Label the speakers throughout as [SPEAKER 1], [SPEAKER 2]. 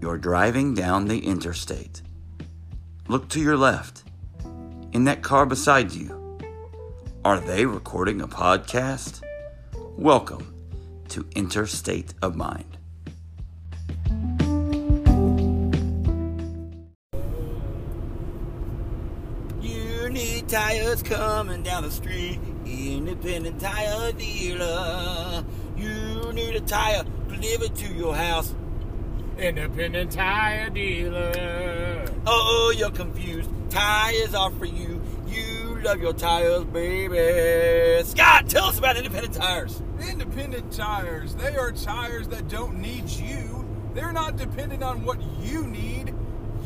[SPEAKER 1] You're driving down the interstate. Look to your left. In that car beside you. Are they recording a podcast? Welcome to Interstate of Mind.
[SPEAKER 2] Unity Tires coming down the street. Independent tire dealer. You need a tire delivered to your house.
[SPEAKER 3] Independent tire dealer.
[SPEAKER 2] Oh, you're confused. Tires are for you. You love your tires, baby. Scott, tell us about independent tires.
[SPEAKER 4] Independent tires, they are tires that don't need you. They're not dependent on what you need.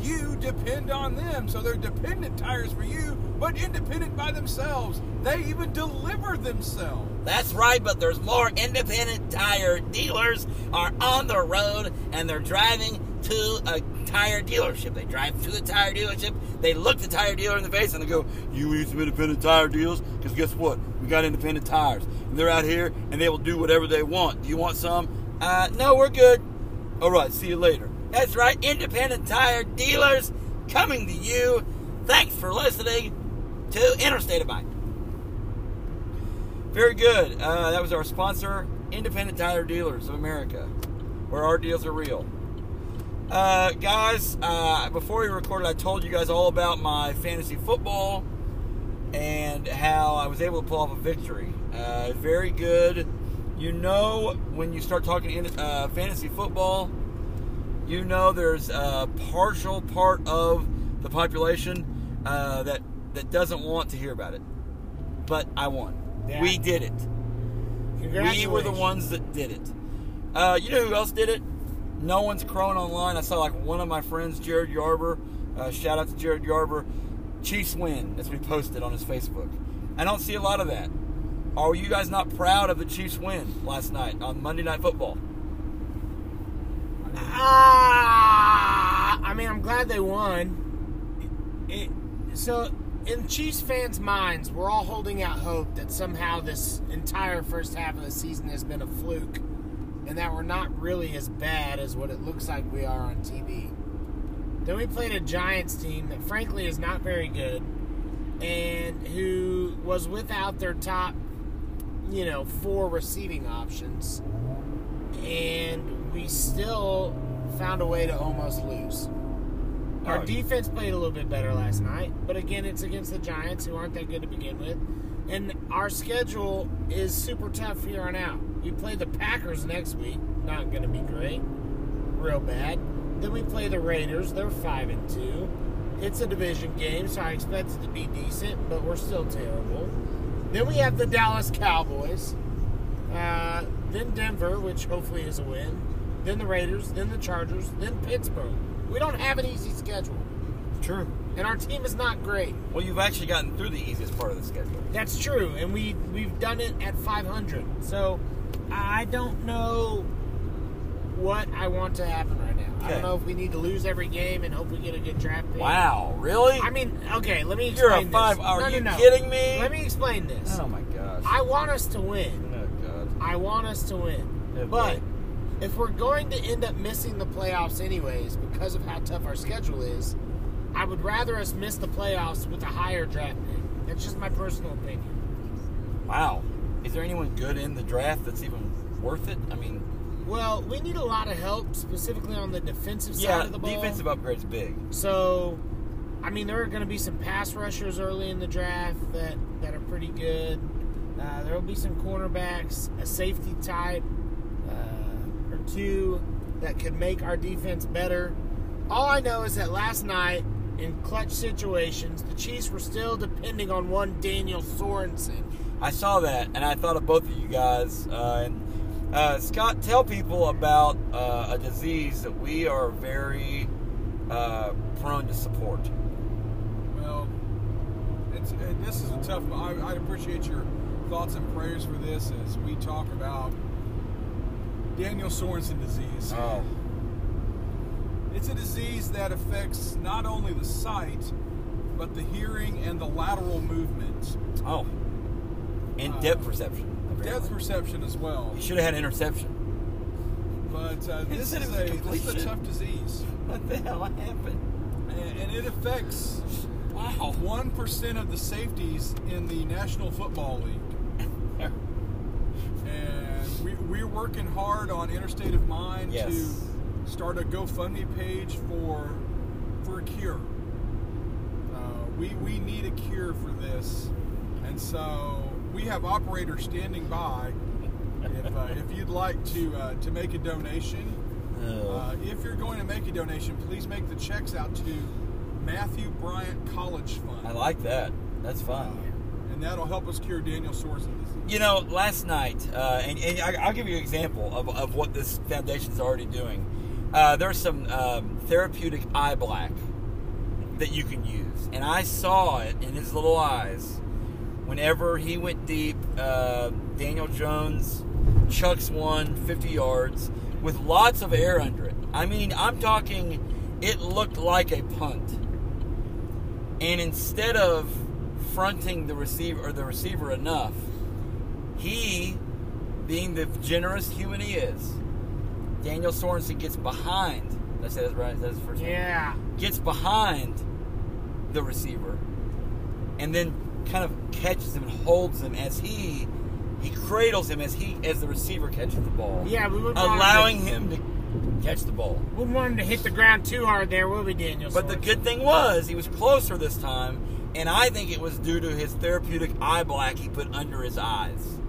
[SPEAKER 4] You depend on them. So they're dependent tires for you, but independent by themselves. They even deliver themselves.
[SPEAKER 2] That's right, but there's more independent tire dealers are on the road and they're driving to a tire dealership. They drive to a tire dealership, they look the tire dealer in the face and they go, You need some independent tire deals? Because guess what? We got independent tires. And they're out here and they will do whatever they want. Do you want some? Uh, no, we're good. All right, see you later. That's right, independent tire dealers coming to you. Thanks for listening to Interstate of Mind. Very good. Uh, that was our sponsor, Independent Tire Dealers of America, where our deals are real. Uh, guys, uh, before we recorded, I told you guys all about my fantasy football and how I was able to pull off a victory. Uh, very good. You know, when you start talking in, uh, fantasy football, you know there's a partial part of the population uh, that that doesn't want to hear about it. But I won.
[SPEAKER 3] Yeah.
[SPEAKER 2] We did it. We
[SPEAKER 3] Congratulations.
[SPEAKER 2] were the ones that did it. Uh, you know who else did it? No one's crone online. I saw like one of my friends, Jared Yarber. Uh, shout out to Jared Yarber. Chiefs win, as we posted on his Facebook. I don't see a lot of that. Are you guys not proud of the Chiefs win last night on Monday Night Football?
[SPEAKER 3] Ah, I mean, I'm glad they won. It- it- so, in Chiefs fans' minds, we're all holding out hope that somehow this entire first half of the season has been a fluke, and that we're not really as bad as what it looks like we are on TV. Then we played a Giants team that, frankly, is not very good, and who was without their top, you know, four receiving options and we still found a way to almost lose. Our
[SPEAKER 2] Oh.
[SPEAKER 3] defense played a little bit better last night, but again, it's against the Giants, who aren't that good to begin with. And our schedule is super tough here on out. We play the Packers next week, not going to be great, real bad. Then we play the Raiders, they're 5 and 2. It's a division game, so I expect it to be decent, but we're still terrible. Then we have the Dallas Cowboys. Uh, then Denver, which hopefully is a win. Then the Raiders. Then the Chargers. Then Pittsburgh. We don't have an easy schedule,
[SPEAKER 2] True.
[SPEAKER 3] and our team is not great.
[SPEAKER 2] Well, you've actually gotten through the easiest part of the schedule.
[SPEAKER 3] That's true, and we we've done it at 500. So I don't know what I want to happen right now. I
[SPEAKER 2] Okay.
[SPEAKER 3] don't know if we need to lose every game and hope we get a good draft pick.
[SPEAKER 2] Wow, really?
[SPEAKER 3] I mean, okay, let me
[SPEAKER 2] You're a
[SPEAKER 3] explain this.
[SPEAKER 2] five- are
[SPEAKER 3] no, no,
[SPEAKER 2] you
[SPEAKER 3] no.
[SPEAKER 2] kidding me?
[SPEAKER 3] Let me explain this.
[SPEAKER 2] oh my gosh.
[SPEAKER 3] I want us to win.
[SPEAKER 2] oh god.
[SPEAKER 3] I want us to win.
[SPEAKER 2] Yeah,
[SPEAKER 3] but
[SPEAKER 2] boy.
[SPEAKER 3] if we're going to end up missing the playoffs anyways because of how tough our schedule is, I would rather us miss the playoffs with a higher draft pick. That's just my personal opinion.
[SPEAKER 2] Wow. Is there anyone good in the draft that's even worth it? I mean,
[SPEAKER 3] Well, we need a lot of help, specifically on the defensive
[SPEAKER 2] yeah,
[SPEAKER 3] side of the ball.
[SPEAKER 2] defensive upgrade's big.
[SPEAKER 3] So, I mean, there are going to be some pass rushers early in the draft that, that are pretty good. Uh, there will be some cornerbacks, a safety type uh, or two that could make our defense better. All I know is that last night in clutch situations, the Chiefs were still depending on one Daniel Sorensen.
[SPEAKER 2] I saw that, and I thought of both of you guys. Uh, and uh, Scott, tell people about uh, a disease that we are very uh, prone to support.
[SPEAKER 4] Well, it's, and this is a tough. I, I appreciate your thoughts and prayers for this as we talk about Daniel Sorensen disease.
[SPEAKER 2] Um,
[SPEAKER 4] It's a disease that affects not only the sight, but the hearing and the lateral movement,
[SPEAKER 2] oh, and Uh, depth perception.
[SPEAKER 4] depth perception as well.
[SPEAKER 2] You should have had an interception.
[SPEAKER 4] But uh, this,
[SPEAKER 2] said
[SPEAKER 4] is
[SPEAKER 2] it was
[SPEAKER 4] a,
[SPEAKER 2] a
[SPEAKER 4] this is a
[SPEAKER 2] completion.
[SPEAKER 4] tough disease,
[SPEAKER 2] What the hell happened?
[SPEAKER 4] and, and it affects
[SPEAKER 2] Wow.
[SPEAKER 4] one percent of the safeties in the National Football League. And we, we're working hard on Interstate of Mind
[SPEAKER 2] Yes.
[SPEAKER 4] to start a GoFundMe page for for a cure. Uh, we we need a cure for this, and so we have operators standing by. if, uh, if you'd like to uh, to make a donation, uh, if you're going to make a donation, please make the checks out to Matthew Bryant College Fund.
[SPEAKER 2] I like that. That's fun.
[SPEAKER 4] And that'll help us cure Daniel Sorensen disease.
[SPEAKER 2] You know, last night, uh, and, and I, I'll give you an example of, of what this foundation's already doing. Uh, there's some um, therapeutic eye black that you can use, and I saw it in his little eyes whenever he went deep. Uh, Daniel Jones chucks one 50 yards with lots of air under it. I mean, I'm talking, it looked like a punt. And instead of fronting the receiver or the receiver enough, he, being the generous human he is, Daniel Sorensen gets behind. Did I say that's right. That's first. name?
[SPEAKER 3] Yeah.
[SPEAKER 2] Gets behind the receiver, and then kind of catches him and holds him as he he cradles him as he as the receiver catches the ball.
[SPEAKER 3] Yeah, we would
[SPEAKER 2] allowing him to catch the ball.
[SPEAKER 3] We want him to hit the ground too hard there, will we, Daniel?
[SPEAKER 2] But the
[SPEAKER 3] Sorensen?
[SPEAKER 2] good thing was he was closer this time, and I think it was due to his therapeutic eye black he put under his eyes.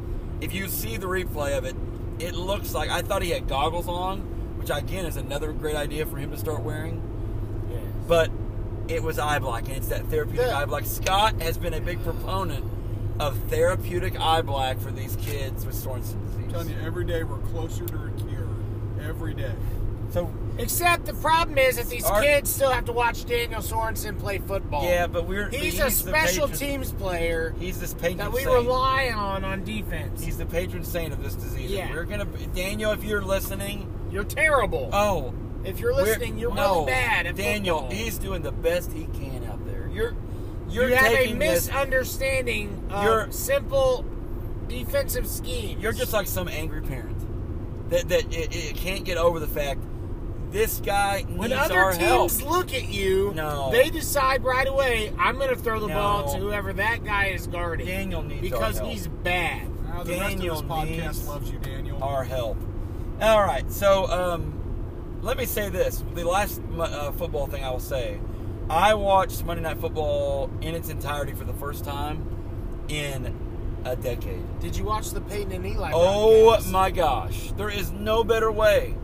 [SPEAKER 2] If you see the replay of it, it looks like I thought he had goggles on, which again is another great idea for him to start wearing.
[SPEAKER 3] Yes.
[SPEAKER 2] But it was eye black, and it's that therapeutic eye black. Scott has been a big proponent of therapeutic eye black for these kids with Sorensen
[SPEAKER 4] I'm telling
[SPEAKER 2] disease.
[SPEAKER 4] you, every day we're closer to a cure. Every day.
[SPEAKER 2] So
[SPEAKER 3] Except the problem is that these
[SPEAKER 2] Our-
[SPEAKER 3] kids still have to watch Daniel Sorensen play football.
[SPEAKER 2] yeah, but we're
[SPEAKER 3] he's,
[SPEAKER 2] the
[SPEAKER 3] a special
[SPEAKER 2] patron-
[SPEAKER 3] teams player
[SPEAKER 2] He's this patron
[SPEAKER 3] that we
[SPEAKER 2] saint.
[SPEAKER 3] rely on on defense.
[SPEAKER 2] He's the patron saint of this disease.
[SPEAKER 3] Yeah.
[SPEAKER 2] We're gonna Daniel, if you're listening,
[SPEAKER 3] you're terrible.
[SPEAKER 2] oh
[SPEAKER 3] if you're
[SPEAKER 2] we're-
[SPEAKER 3] listening, you're
[SPEAKER 2] no,
[SPEAKER 3] really bad at
[SPEAKER 2] Daniel,
[SPEAKER 3] football.
[SPEAKER 2] he's doing the best he can out there. You're you're
[SPEAKER 3] you have a
[SPEAKER 2] taking this-
[SPEAKER 3] misunderstanding of
[SPEAKER 2] You're-
[SPEAKER 3] simple defensive schemes.
[SPEAKER 2] You're just like some angry parent that that it, it can't get over the fact this guy
[SPEAKER 3] when
[SPEAKER 2] needs
[SPEAKER 3] other
[SPEAKER 2] our
[SPEAKER 3] teams
[SPEAKER 2] help.
[SPEAKER 3] look at you,
[SPEAKER 2] No.
[SPEAKER 3] they decide right away, I'm going to throw the
[SPEAKER 2] No.
[SPEAKER 3] ball to whoever that guy is guarding.
[SPEAKER 2] Daniel needs
[SPEAKER 3] because
[SPEAKER 2] our help.
[SPEAKER 3] he's bad.
[SPEAKER 4] Now, Uh, the
[SPEAKER 2] Daniel
[SPEAKER 4] rest of this podcast
[SPEAKER 2] needs
[SPEAKER 4] loves you, Daniel.
[SPEAKER 2] our help. All right, so um, let me say this: the last uh, football thing I will say, I watched Monday Night Football in its entirety for the first time in a decade.
[SPEAKER 3] Did you watch the Peyton and Eli?
[SPEAKER 2] Oh
[SPEAKER 3] broadcast?
[SPEAKER 2] my gosh, there is no better way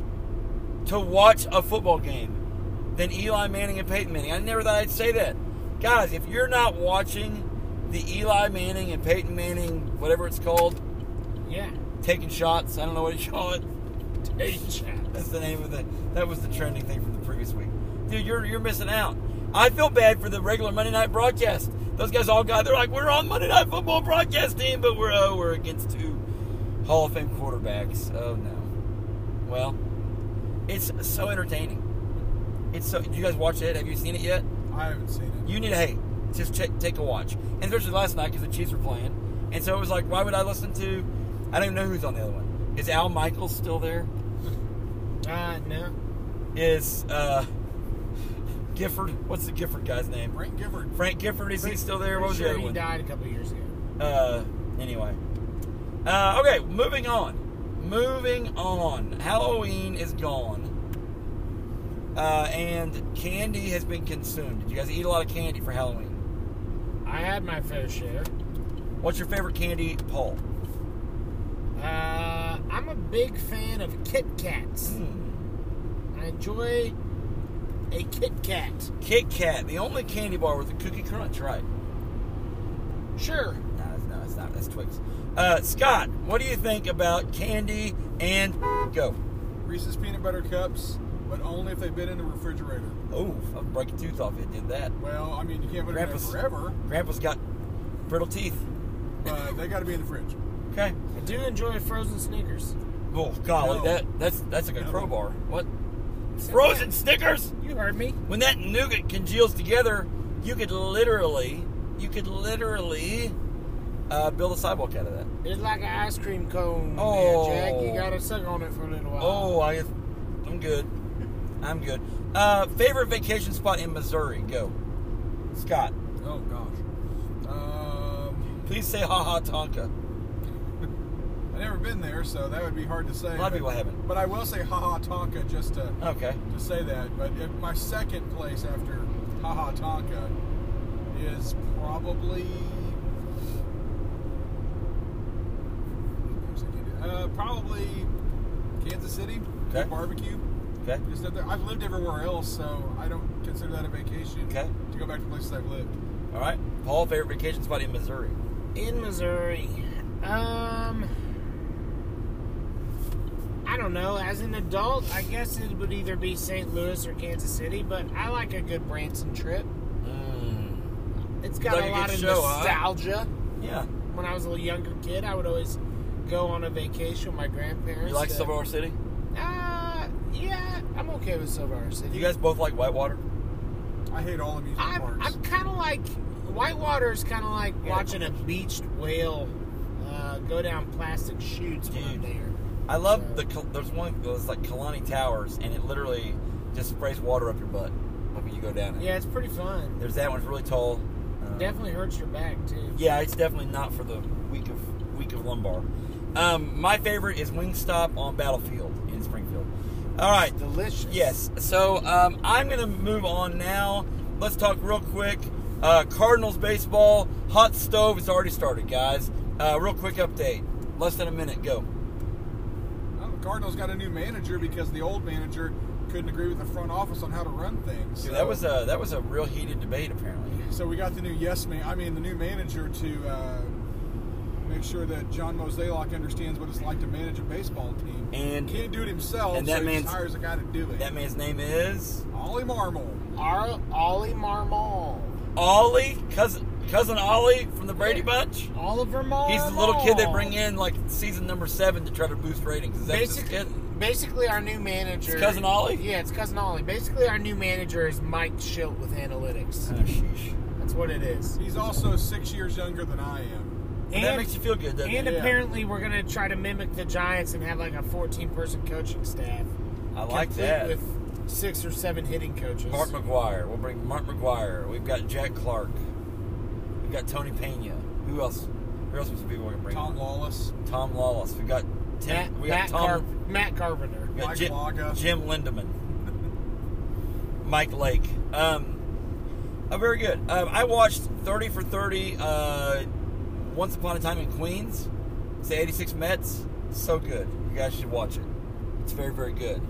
[SPEAKER 2] to watch a football game than Eli Manning and Peyton Manning. I never thought I'd say that. Guys, if you're not watching the Eli Manning and Peyton Manning, whatever it's called,
[SPEAKER 3] Yeah.
[SPEAKER 2] taking shots, I don't know what you call it.
[SPEAKER 3] Hey, Chad.
[SPEAKER 2] That's the name of the. That was the trending thing from the previous week. Dude, you're you're missing out. I feel bad for the regular Monday night broadcast. Those guys all got. They're like, we're on Monday night football broadcast team, but we're oh, we're against two Hall of Fame quarterbacks. Oh no. Well, it's so entertaining. It's so. You guys watch it? Have you seen it yet?
[SPEAKER 4] I haven't seen it.
[SPEAKER 2] You need. Hey, just check, take a watch. And especially last night because the Chiefs were playing, and so it was like, why would I listen to? I don't even know who's on the other one. Is Al Michaels still there?
[SPEAKER 3] Uh, no.
[SPEAKER 2] is uh, Gifford. What's the Gifford guy's name?
[SPEAKER 4] Frank Gifford.
[SPEAKER 2] Frank Gifford. Is he still there?
[SPEAKER 3] Pretty
[SPEAKER 2] What was
[SPEAKER 3] sure
[SPEAKER 2] the other
[SPEAKER 3] he
[SPEAKER 2] one?
[SPEAKER 3] died a couple years ago.
[SPEAKER 2] Uh, anyway. Uh, okay, moving on. Moving on. Halloween is gone. Uh, and candy has been consumed. Did you guys eat a lot of candy for Halloween?
[SPEAKER 3] I had my fair share.
[SPEAKER 2] What's your favorite candy, Paul?
[SPEAKER 3] Uh, I'm a big fan of Kit Kats.
[SPEAKER 2] Hmm.
[SPEAKER 3] I enjoy a Kit Kat.
[SPEAKER 2] Kit Kat, the only candy bar with a cookie crunch, right?
[SPEAKER 3] Sure.
[SPEAKER 2] No, it's, no, it's not. That's Twix. Uh, Scott, what do you think about candy and go?
[SPEAKER 4] Reese's Peanut Butter Cups, but only if they've been in the refrigerator.
[SPEAKER 2] Oh, I'd break a tooth off if it did that.
[SPEAKER 4] Well, I mean, you can't put them in there
[SPEAKER 2] Grandpa's-
[SPEAKER 4] forever,
[SPEAKER 2] Grandpa's got brittle teeth.
[SPEAKER 4] but they got to be in the fridge.
[SPEAKER 2] Okay.
[SPEAKER 3] I do enjoy frozen Snickers.
[SPEAKER 2] Oh golly,
[SPEAKER 4] No.
[SPEAKER 2] that that's that's like a
[SPEAKER 4] No.
[SPEAKER 2] crowbar. What? Frozen Snickers.
[SPEAKER 3] You heard me.
[SPEAKER 2] When that nougat congeals together, you could literally, you could literally uh, build a sidewalk out of that.
[SPEAKER 3] It's like an ice cream cone,
[SPEAKER 2] Oh.
[SPEAKER 3] man, Jack. You gotta suck on it for a little while.
[SPEAKER 2] Oh, I, I'm good. I'm good. Uh, favorite vacation spot in Missouri? Go, Scott.
[SPEAKER 4] Oh gosh. Um,
[SPEAKER 2] Please say "Ha Ha Tonka."
[SPEAKER 4] I've never been there, so that would be hard to say.
[SPEAKER 2] A lot of
[SPEAKER 4] but-
[SPEAKER 2] people haven't.
[SPEAKER 4] But I will say haha Tonka just to
[SPEAKER 2] Okay.
[SPEAKER 4] to say that. But if my second place after haha Tonka is probably uh, probably Kansas City
[SPEAKER 2] Okay.
[SPEAKER 4] barbecue.
[SPEAKER 2] Okay.
[SPEAKER 4] Just up there. I've lived everywhere else, so I don't consider that a vacation.
[SPEAKER 2] Okay.
[SPEAKER 4] To go back to places I've lived.
[SPEAKER 2] All right. Paul, favorite vacation spot in Missouri?
[SPEAKER 3] in Missouri. Um, I don't know. As an adult, I guess it would either be St. Louis or Kansas City, but I like a good Branson trip.
[SPEAKER 2] Hmm.
[SPEAKER 3] It's got
[SPEAKER 2] Like a
[SPEAKER 3] a lot
[SPEAKER 2] good
[SPEAKER 3] of
[SPEAKER 2] show, huh?
[SPEAKER 3] nostalgia.
[SPEAKER 2] Yeah.
[SPEAKER 3] When I was a younger kid, I would always go on a vacation with my grandparents.
[SPEAKER 2] You like
[SPEAKER 3] to-
[SPEAKER 2] Silver Silverwater City?
[SPEAKER 3] Uh, yeah, I'm okay with Silver City.
[SPEAKER 2] You guys both like Whitewater?
[SPEAKER 4] I hate all amusement
[SPEAKER 3] I'm,
[SPEAKER 4] parks.
[SPEAKER 3] I'm kind of like Whitewater is kind of like
[SPEAKER 2] Yeah.
[SPEAKER 3] watching a beached whale uh, go down plastic chutes when I'm
[SPEAKER 2] Dude.
[SPEAKER 3] there.
[SPEAKER 2] I love
[SPEAKER 3] Sure.
[SPEAKER 2] the the. There's one that's like Kalani Towers, and it literally just sprays water up your butt when you go down it.
[SPEAKER 3] Yeah, it's pretty fun.
[SPEAKER 2] There's that one. It's really tall. Uh,
[SPEAKER 3] Definitely hurts your back too.
[SPEAKER 2] Yeah, it's definitely not for the week of week of lumbar. Um, my favorite is Wingstop on Battlefield in Springfield. All right.
[SPEAKER 3] Delicious.
[SPEAKER 2] Yes. So um, I'm gonna move on now. Let's talk real quick. Uh, Cardinals baseball hot stove has already started, guys. Uh, real quick update. Less than a minute. Go.
[SPEAKER 4] Well, Oh, the Cardinals got a new manager because the old manager couldn't agree with the front office on how to run things.
[SPEAKER 2] Dude,
[SPEAKER 4] so,
[SPEAKER 2] that was a that was a real heated debate apparently.
[SPEAKER 4] so we got the new yes man. I mean, the new manager to uh, make sure that John Moselock understands what it's like to manage a baseball team.
[SPEAKER 2] And-
[SPEAKER 4] he can't do it himself.
[SPEAKER 2] and that
[SPEAKER 4] so he just
[SPEAKER 2] man's-
[SPEAKER 4] hires a guy to do it.
[SPEAKER 2] That man's name is
[SPEAKER 4] Ollie Marmol.
[SPEAKER 3] Our Ollie Marmol.
[SPEAKER 2] Ollie, cousin cousin Ollie from the Brady Bunch.
[SPEAKER 3] Oliver Marmol.
[SPEAKER 2] He's the little kid
[SPEAKER 3] Oh.
[SPEAKER 2] they bring in like season number seven to try to boost ratings. Is that this
[SPEAKER 3] Basically,
[SPEAKER 2] kid?
[SPEAKER 3] basically, our new manager.
[SPEAKER 2] It's Cousin Ollie?
[SPEAKER 3] Yeah, it's cousin Ollie. Basically, our new manager is Mike Schilt with
[SPEAKER 2] Oh, Uh.
[SPEAKER 3] analytics. That's what it is.
[SPEAKER 4] He's also six years younger than I am.
[SPEAKER 2] that makes you feel good, doesn't
[SPEAKER 3] And
[SPEAKER 2] it?
[SPEAKER 4] Yeah.
[SPEAKER 3] apparently, we're gonna try to mimic the Giants and have like a 14-person coaching staff.
[SPEAKER 2] I like
[SPEAKER 3] complete
[SPEAKER 2] that.
[SPEAKER 3] With six or seven hitting coaches.
[SPEAKER 2] Mark McGuire. We'll bring Mark McGuire. We've got Jack Clark. We've got Tony Pena. Who else? Who else was the people we can bring?
[SPEAKER 4] Tom
[SPEAKER 2] on?
[SPEAKER 4] Lawless.
[SPEAKER 2] Tom Lawless. We've got Tim.
[SPEAKER 3] Matt,
[SPEAKER 2] we got
[SPEAKER 3] Matt,
[SPEAKER 2] Tom.
[SPEAKER 3] Car- Matt Carpenter.
[SPEAKER 2] we got
[SPEAKER 4] Mike
[SPEAKER 2] Jim,
[SPEAKER 4] Laga.
[SPEAKER 2] Jim Lindemann. Mike Lake. Um, uh, very good. Um, I watched 30 for 30 uh, Once Upon a Time in Queens. It's the 86 Mets. So good. You guys should watch it. It's very, very good.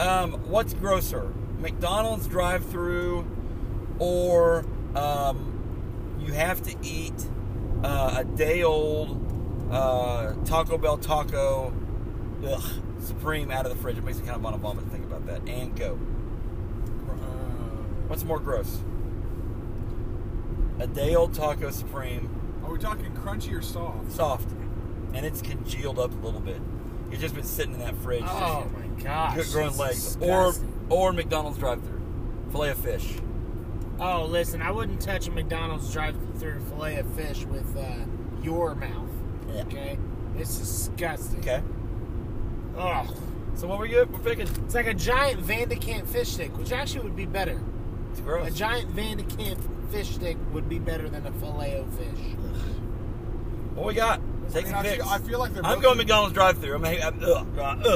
[SPEAKER 2] Um, what's grosser? McDonald's drive through or um, you have to eat uh, a day old uh, Taco Bell taco ugh, supreme out of the fridge. It makes me kind of want to vomit to think about that. And go.
[SPEAKER 4] Uh,
[SPEAKER 2] What's more gross? A day old taco supreme,
[SPEAKER 4] are we talking crunchy or soft?
[SPEAKER 2] soft, and it's congealed up a little bit. It's just been sitting in that fridge, just
[SPEAKER 3] Oh my gosh.
[SPEAKER 2] good growing
[SPEAKER 3] that's
[SPEAKER 2] legs,
[SPEAKER 3] disgusting.
[SPEAKER 2] or or McDonald's drive-through, fillet of fish.
[SPEAKER 3] oh, listen, I wouldn't touch a McDonald's drive-through fillet of fish with uh, your mouth.
[SPEAKER 2] Yeah.
[SPEAKER 3] Okay, it's disgusting.
[SPEAKER 2] Okay.
[SPEAKER 3] Ugh.
[SPEAKER 2] So what were you we're picking?
[SPEAKER 3] It's like a giant Vandekant fish stick, which actually would be better.
[SPEAKER 2] It's gross.
[SPEAKER 3] A giant Vandekant fish stick would be better than a filet o fish.
[SPEAKER 2] What we got? Take
[SPEAKER 4] I mean,
[SPEAKER 2] some
[SPEAKER 4] I
[SPEAKER 2] picks.
[SPEAKER 4] feel- I feel like they're
[SPEAKER 2] I'm
[SPEAKER 4] both-
[SPEAKER 2] going McDonald's drive-through. I'm, I'm ugh, ugh,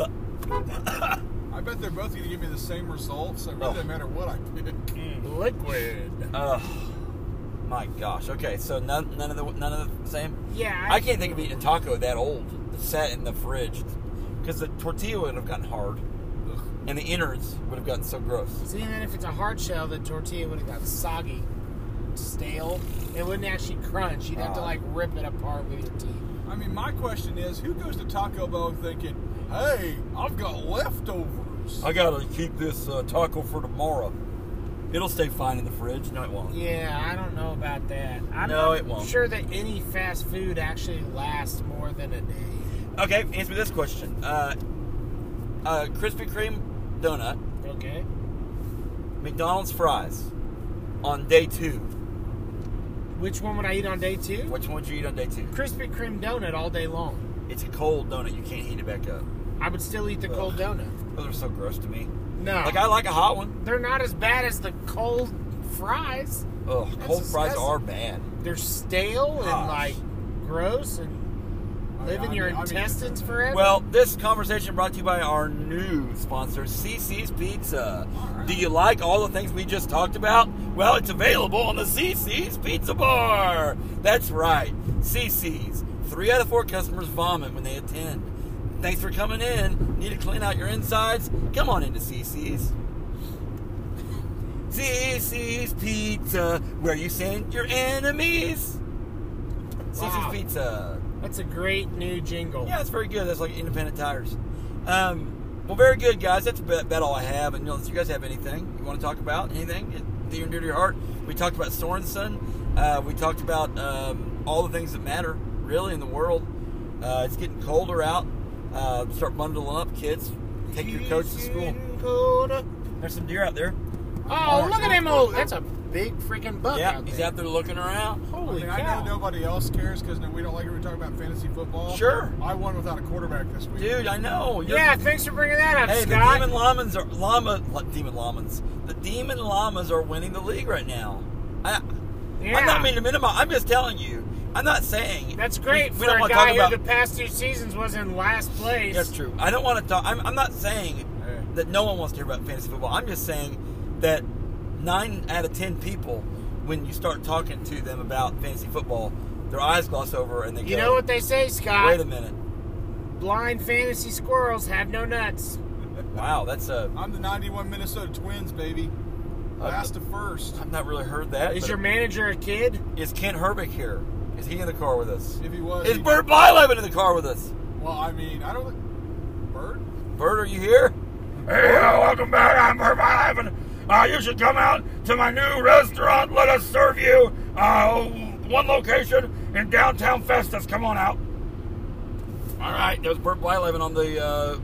[SPEAKER 2] ugh.
[SPEAKER 4] I bet they're both going to give me the same result, so it really
[SPEAKER 2] Oh.
[SPEAKER 4] doesn't matter what I pick.
[SPEAKER 2] Mm.
[SPEAKER 3] Liquid.
[SPEAKER 2] Oh my gosh. Okay, so none, none of the none of the same.
[SPEAKER 3] Yeah,
[SPEAKER 2] I, can't think of eating a taco that old that sat in the fridge because the tortilla would have gotten hard and the innards would have gotten so gross.
[SPEAKER 3] See, and then if it's a hard shell, the tortilla would have got soggy, stale. It wouldn't actually crunch. You'd have to
[SPEAKER 2] Ah.
[SPEAKER 3] like rip it apart with your teeth.
[SPEAKER 4] I mean, my question is, who goes to Taco Bell thinking, "Hey, I've got leftovers"?
[SPEAKER 2] I gotta keep this uh, taco for tomorrow. It'll stay fine in the fridge. No, it won't.
[SPEAKER 3] Yeah, I don't know about that. I'm
[SPEAKER 2] No,
[SPEAKER 3] not
[SPEAKER 2] it won't.
[SPEAKER 3] sure that any fast food actually lasts more than a day.
[SPEAKER 2] Okay, answer me this question: uh, uh, Krispy Kreme donut,
[SPEAKER 3] Okay.
[SPEAKER 2] McDonald's fries on day two
[SPEAKER 3] Which one would I eat on day two?
[SPEAKER 2] Which one would you eat on day two?
[SPEAKER 3] Krispy Kreme donut all day long.
[SPEAKER 2] It's a cold donut. You can't heat it back up.
[SPEAKER 3] I would still eat the cold donut.
[SPEAKER 2] Those are so gross to me.
[SPEAKER 3] No,
[SPEAKER 2] Like I like a hot one.
[SPEAKER 3] they're not as bad as the cold fries.
[SPEAKER 2] Ugh,
[SPEAKER 3] That's
[SPEAKER 2] cold fries
[SPEAKER 3] disgusting.
[SPEAKER 2] are bad.
[SPEAKER 3] They're stale and
[SPEAKER 2] Gosh.
[SPEAKER 3] like gross and live in
[SPEAKER 4] I-
[SPEAKER 3] your
[SPEAKER 4] I mean-
[SPEAKER 3] intestines forever.
[SPEAKER 2] Well, this conversation brought to you by our new sponsor, CC's Pizza. Do you like all the things we just talked about? Well, it's available on the CC's Pizza Bar. That's right, CC's. Three out of four customers vomit when they attend. Thanks for coming in. Need to clean out your insides? Come on into CC's. CC's Pizza, where you send your enemies.
[SPEAKER 3] Wow.
[SPEAKER 2] CC's Pizza.
[SPEAKER 3] that's a great new jingle.
[SPEAKER 2] Yeah, it's very good. That's like independent tires. Um, well, very good, guys. That's about, about all I have. And you know, if you guys have anything you want to talk about, anything dear and dear to your heart, we talked about Sorensen. Uh, we talked about um, all the things that matter, really, in the world. Uh, it's getting colder out. Uh, start bundling up, kids. Take your coats to school. There's some deer out there.
[SPEAKER 3] Oh, look at him! Old. That's a big freaking buck
[SPEAKER 2] yeah,
[SPEAKER 3] out
[SPEAKER 2] he's
[SPEAKER 3] there.
[SPEAKER 2] out there looking around.
[SPEAKER 4] I
[SPEAKER 3] Holy
[SPEAKER 4] mean, I
[SPEAKER 3] cow!
[SPEAKER 4] know nobody else cares because we don't like it. We're talking about fantasy football.
[SPEAKER 2] Sure.
[SPEAKER 4] I won without a quarterback this week.
[SPEAKER 2] Dude, I know. You're-
[SPEAKER 3] yeah, thanks for bringing that up,
[SPEAKER 2] Hey,
[SPEAKER 3] Scott.
[SPEAKER 2] the demon llamas are llama la- demon llamas. The demon llamas are winning the league right now. I,
[SPEAKER 3] Yeah.
[SPEAKER 2] I'm not meaning to minimize. I'm just telling you. I'm not saying
[SPEAKER 3] That's great
[SPEAKER 2] We- we
[SPEAKER 3] for
[SPEAKER 2] don't
[SPEAKER 3] a
[SPEAKER 2] wanna
[SPEAKER 3] guy
[SPEAKER 2] talk
[SPEAKER 3] who
[SPEAKER 2] about-
[SPEAKER 3] the past two seasons was in last place.
[SPEAKER 2] That's true. I don't want to talk. I'm, I'm not saying
[SPEAKER 4] Yeah.
[SPEAKER 2] that no one wants to hear about fantasy football. I'm just saying that nine out of ten people, when you start talking to them about fantasy football, their eyes gloss over and they
[SPEAKER 3] You
[SPEAKER 2] go,
[SPEAKER 3] know what they say,
[SPEAKER 2] Wait a
[SPEAKER 3] Scott?
[SPEAKER 2] minute.
[SPEAKER 3] Blind fantasy squirrels have no nuts.
[SPEAKER 2] Wow, that's a.
[SPEAKER 4] I'm the 91 Minnesota Twins, baby.
[SPEAKER 3] Uh,
[SPEAKER 4] Last to first,
[SPEAKER 2] I've not really heard that.
[SPEAKER 3] Is
[SPEAKER 2] but-
[SPEAKER 3] your manager a kid?
[SPEAKER 2] is Kent Herbick here? Is he in the car with us?
[SPEAKER 4] if he was.
[SPEAKER 2] Is
[SPEAKER 4] he-
[SPEAKER 2] Bert Bylevin in the car with us?
[SPEAKER 4] Well, I mean, I don't. think- Bird?
[SPEAKER 2] Bert, are you here? Hey, uh, welcome back. I'm Bert Bylevin. Uh, you should come out to my new restaurant. Let us serve you. Uh, one location in downtown Festus. Come on out. All right, that was Bert Bylevin on the uh,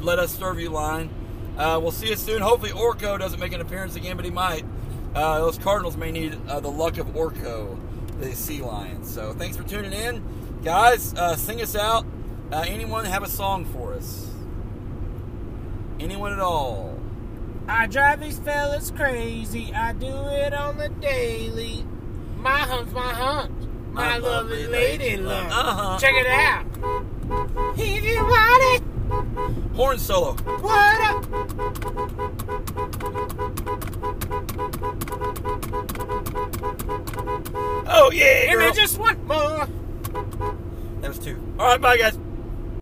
[SPEAKER 2] Let Us Serve You line. Uh, we'll see you soon. Hopefully, Orco doesn't make an appearance again, but he might. Uh, those Cardinals may need uh, the luck of Orco, the sea lion. So, thanks for tuning in. Guys, uh, sing us out. Uh, anyone have a song for us? Anyone at all?
[SPEAKER 3] I drive these fellas crazy. I do it on the daily. My hump's my hump. My, lovely lady love.
[SPEAKER 2] Uh-huh.
[SPEAKER 3] Check it out. If you want it,
[SPEAKER 2] Horn solo.
[SPEAKER 3] what up?
[SPEAKER 2] Oh, yeah.
[SPEAKER 3] Give me
[SPEAKER 2] girl.
[SPEAKER 3] just one more.
[SPEAKER 2] Oh, That was two. All right, bye, guys.